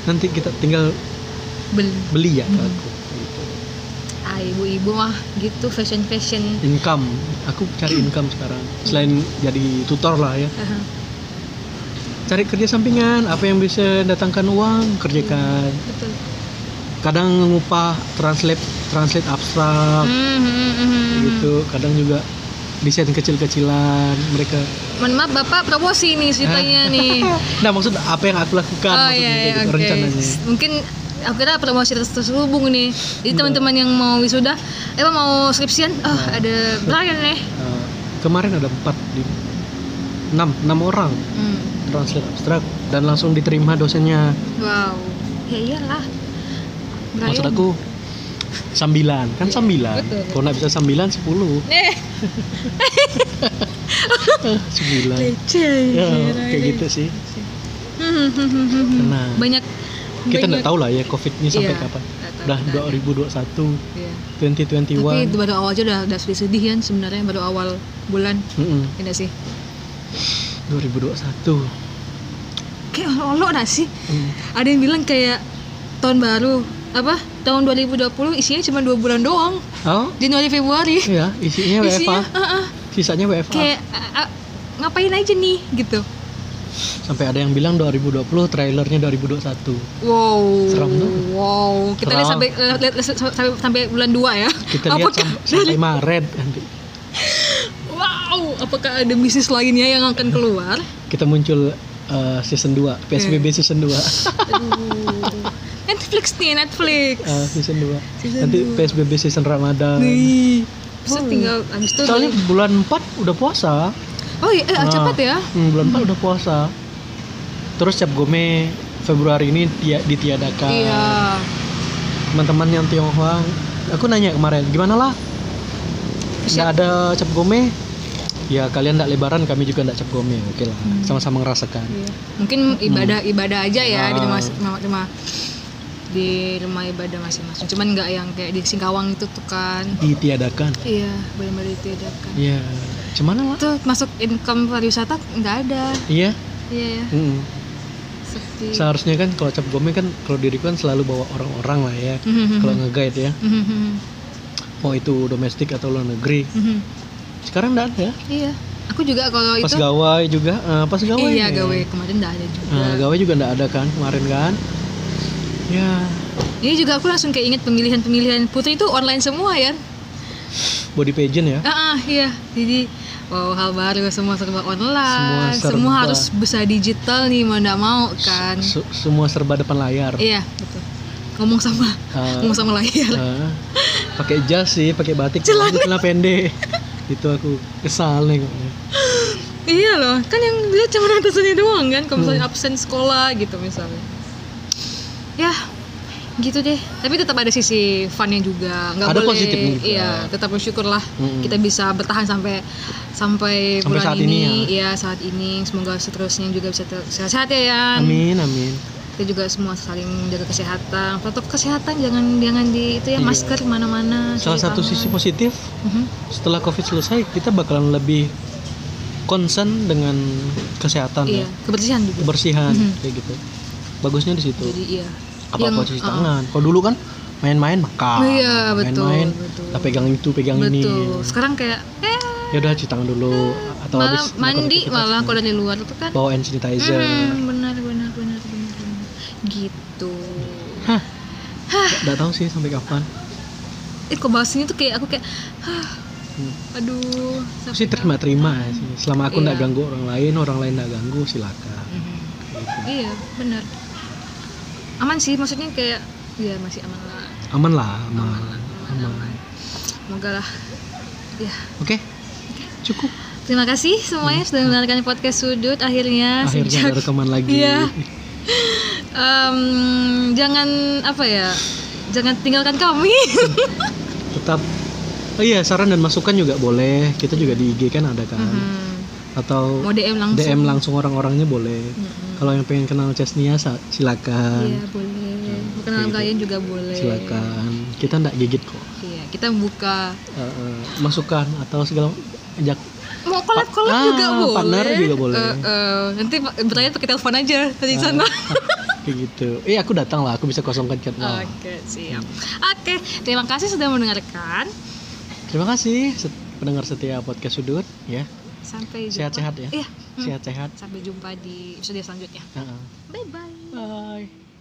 Speaker 1: nanti kita tinggal
Speaker 2: beli.
Speaker 1: beli ya ke
Speaker 2: Hmm.
Speaker 1: aku Gitu.
Speaker 2: Ah, ibu-ibu mah gitu fashion fashion.
Speaker 1: income aku cari income sekarang selain jadi tutor lah ya cari kerja sampingan apa yang bisa datangkan uang kerjakan
Speaker 2: Betul.
Speaker 1: kadang ngupah translate translate abstrak
Speaker 2: Hmm, hmm, hmm, hmm.
Speaker 1: gitu kadang juga desain kecil-kecilan mereka
Speaker 2: Mohon maaf Bapak promosi nih ceritanya nih.
Speaker 1: nah maksud apa yang aku lakukan
Speaker 2: oh
Speaker 1: maksudnya
Speaker 2: iya, iya,
Speaker 1: gitu,
Speaker 2: oke.
Speaker 1: rencananya
Speaker 2: Mungkin aku kira promosi terus terhubung nih. Jadi
Speaker 1: Enggak.
Speaker 2: teman-teman yang mau wisuda, eh mau skripsian, ah
Speaker 1: Nah.
Speaker 2: ada Brian nih.
Speaker 1: Eh, kemarin ada empat di enam enam orang
Speaker 2: Hmm.
Speaker 1: translate abstrak dan langsung diterima dosennya
Speaker 2: Wow. Ya iyalah. Brian.
Speaker 1: maksud aku sambilan kan sambilan
Speaker 2: Nah, Betul.
Speaker 1: kalau nggak bisa sambilan sepuluh
Speaker 2: Eh,
Speaker 1: Iya. sembilan
Speaker 2: leceh. Iya,
Speaker 1: ya
Speaker 2: Brian.
Speaker 1: kayak gitu sih
Speaker 2: Hmm, hmm, hmm, hmm, hmm.
Speaker 1: Tenang.
Speaker 2: Banyak
Speaker 1: kita
Speaker 2: banyak-
Speaker 1: nggak tahu lah ya covid ini sampai
Speaker 2: Iya,
Speaker 1: kapan
Speaker 2: nggak tahu,
Speaker 1: udah
Speaker 2: nggak ada.
Speaker 1: 2021
Speaker 2: Iya.
Speaker 1: 2021
Speaker 2: Tapi baru awal aja udah, udah sedih-sedih kan sebenarnya baru awal bulan.
Speaker 1: Mm-mm,
Speaker 2: Ya nggak sih?
Speaker 1: 2021
Speaker 2: Kayak olo nggak sih?
Speaker 1: Mm.
Speaker 2: Ada yang bilang kayak tahun baru apa? Tahun 2020 isinya cuma dua bulan doang.
Speaker 1: oh
Speaker 2: Januari Februari.
Speaker 1: iya isinya WFA
Speaker 2: Isinya uh-uh,
Speaker 1: sisanya WFA
Speaker 2: kayak uh, uh, ngapain aja nih gitu.
Speaker 1: sampai ada yang bilang 2020 trailernya 2021
Speaker 2: Wow.
Speaker 1: Serem tuh.
Speaker 2: Wow. Kita lihat
Speaker 1: Serem.
Speaker 2: sampai eh, lihat sampai, sampai bulan 2 ya.
Speaker 1: kita lihat
Speaker 2: Apakah-
Speaker 1: sam- sampai Maret nanti
Speaker 2: Wow, apakah ada bisnis lainnya yang akan keluar?
Speaker 1: kita muncul eh, season 2 PSBB season 2
Speaker 2: Aduh. Netflix nih, Netflix.
Speaker 1: Eh, season 2
Speaker 2: Season
Speaker 1: nanti
Speaker 2: dua.
Speaker 1: PSBB season Ramadan
Speaker 2: Nih. Terus tinggal habis itu
Speaker 1: soalnya bulan 4 udah puasa
Speaker 2: Oh iya, eh,
Speaker 1: Ah.
Speaker 2: cepat ya.
Speaker 1: Hmm, bulan 4 udah puasa terus Cap Gome Februari ini dia ditiadakan
Speaker 2: Iya.
Speaker 1: teman-teman yang Tionghoa aku nanya kemarin gimana lah nggak
Speaker 2: Siap.
Speaker 1: ada Cap Gome ya kalian nggak lebaran kami juga nggak Cap Gome oke lah sama-sama ngerasakan
Speaker 2: Hmm. Iya. Mungkin ibadah ibadah aja ya di
Speaker 1: Ah.
Speaker 2: rumah rumah- rumah- di rumah ibadah masing-masing. Cuman nggak yang kayak di Singkawang itu tuh kan.
Speaker 1: ditiadakan
Speaker 2: Iya, benar-benar ditiadakan.
Speaker 1: ya cuman lah
Speaker 2: Itu masuk income pariwisata nggak ada.
Speaker 1: iya
Speaker 2: Iya ya.
Speaker 1: mm-mm.
Speaker 2: Seperti.
Speaker 1: seharusnya kan kalau cap gome kan kalau diriku kan selalu bawa orang-orang lah ya
Speaker 2: Mhm.
Speaker 1: kalau nge-guide ya
Speaker 2: Mhm.
Speaker 1: mau itu domestik atau luar negeri
Speaker 2: Mhm.
Speaker 1: sekarang nggak ada
Speaker 2: Iya. Aku juga kalau
Speaker 1: pas
Speaker 2: itu
Speaker 1: gawai juga eh, pas gawai
Speaker 2: iya
Speaker 1: nih.
Speaker 2: gawe kemarin nggak ada juga.
Speaker 1: Eh, gawai juga nggak ada kan kemarin kan ya
Speaker 2: Ini Iya juga aku langsung kayak inget pemilihan-pemilihan putri itu online semua ya.
Speaker 1: body pageant ya
Speaker 2: Ah, ah, iya. Jadi wow hal baru semua serba online.
Speaker 1: Semua
Speaker 2: Semua,
Speaker 1: serba.
Speaker 2: harus bisa digital nih mau nggak mau kan.
Speaker 1: Se- semua serba depan layar
Speaker 2: Iya, betul. Ngomong sama
Speaker 1: Eh,
Speaker 2: ngomong sama layar.
Speaker 1: eh, pakai jas sih pakai batik
Speaker 2: Celana.
Speaker 1: celana pendek itu aku kesal nih kok.
Speaker 2: iya loh, kan yang lihat cuma atasannya doang kan kalau
Speaker 1: Hmm.
Speaker 2: misalnya absen sekolah gitu misalnya. Ya, gitu deh. Tapi tetap ada sisi funnya juga. Nggak
Speaker 1: Ada
Speaker 2: boleh,
Speaker 1: positifnya juga.
Speaker 2: Iya, tetap bersyukurlah
Speaker 1: Mm-mm.
Speaker 2: kita bisa bertahan sampai sampai,
Speaker 1: Sampai
Speaker 2: bulan
Speaker 1: saat ini ya.
Speaker 2: Iya, saat ini. Semoga seterusnya juga bisa ter- sehat-sehat ya, Yan.
Speaker 1: amin amin
Speaker 2: kita juga semua saling jaga kesehatan protokol kesehatan jangan jangan di itu
Speaker 1: Iya.
Speaker 2: ya masker mana-mana
Speaker 1: salah
Speaker 2: cuci
Speaker 1: satu
Speaker 2: tangan.
Speaker 1: sisi positif
Speaker 2: Mhm.
Speaker 1: setelah covid selesai kita bakalan lebih concern dengan kesehatan
Speaker 2: iya
Speaker 1: ya
Speaker 2: kebersihan juga
Speaker 1: kebersihan
Speaker 2: Mhm.
Speaker 1: kayak gitu bagusnya di situ
Speaker 2: jadi iya
Speaker 1: apa apa
Speaker 2: Yang-
Speaker 1: cuci
Speaker 2: ah,
Speaker 1: tangan kalau dulu kan main-main makan
Speaker 2: Iya, betul,
Speaker 1: main-main
Speaker 2: betul.
Speaker 1: tak pegang itu pegang ini
Speaker 2: betul sekarang kayak eh
Speaker 1: ya udah cuci tangan dulu atau
Speaker 2: malah
Speaker 1: habis melakukan
Speaker 2: mandi
Speaker 1: aktivitas,
Speaker 2: malah kalau dari luar itu kan
Speaker 1: bawa hand sanitizer
Speaker 2: Mhm, benar benar benar benar benar. gitu
Speaker 1: hah
Speaker 2: Ah.
Speaker 1: nggak tahu sih sampai kapan
Speaker 2: eh kok bahas ini tuh kayak aku kayak hah,
Speaker 1: Hmm.
Speaker 2: aduh
Speaker 1: Aku
Speaker 2: sampai
Speaker 1: sih
Speaker 2: kapan?
Speaker 1: terima-terima ya sih selama aku nggak
Speaker 2: Iya.
Speaker 1: ganggu orang lain orang lain nggak ganggu silakan
Speaker 2: Mhm.
Speaker 1: Gitu.
Speaker 2: iya benar aman sih maksudnya kayak ya masih aman lah
Speaker 1: aman lah aman aman,
Speaker 2: semoga lah ya
Speaker 1: oke cukup
Speaker 2: Terima kasih semuanya sudah mendengarkan podcast sudut
Speaker 1: Hmm.
Speaker 2: akhirnya,
Speaker 1: akhirnya
Speaker 2: sejak
Speaker 1: ada rekaman lagi
Speaker 2: Iya. Em, jangan apa ya jangan tinggalkan kami
Speaker 1: tetap oh iya saran dan masukan juga boleh kita juga di IG kan ada kan
Speaker 2: Mhm.
Speaker 1: atau
Speaker 2: mau DM langsung
Speaker 1: DM langsung orang-orangnya boleh.
Speaker 2: Mm-mm.
Speaker 1: Kalau yang pengen kenal Chesnia sa- silakan.
Speaker 2: Iya boleh. Kenalan
Speaker 1: gitu.
Speaker 2: kalian juga boleh.
Speaker 1: Silakan. Kita ndak gigit kok.
Speaker 2: Iya, kita buka.
Speaker 1: Eh, eh, masukan atau segala ajak
Speaker 2: Mau collab collab
Speaker 1: Ah,
Speaker 2: juga boleh.
Speaker 1: partner juga boleh. Ah,
Speaker 2: Eh, eh, nanti pa- bertanya pakai telepon aja dari sana.
Speaker 1: kayak gitu. Eh aku datang lah, aku bisa kosongkan chat
Speaker 2: Oke,
Speaker 1: lo.
Speaker 2: siap. Oke, terima kasih sudah mendengarkan.
Speaker 1: Terima kasih set- pendengar setia podcast sudut ya.
Speaker 2: Sampai jumpa.
Speaker 1: Sehat-sehat ya.
Speaker 2: Iya. mm.
Speaker 1: Sehat-sehat.
Speaker 2: Sampai jumpa di episode selanjutnya.
Speaker 1: Heeh.
Speaker 2: Bye bye.
Speaker 1: Bye.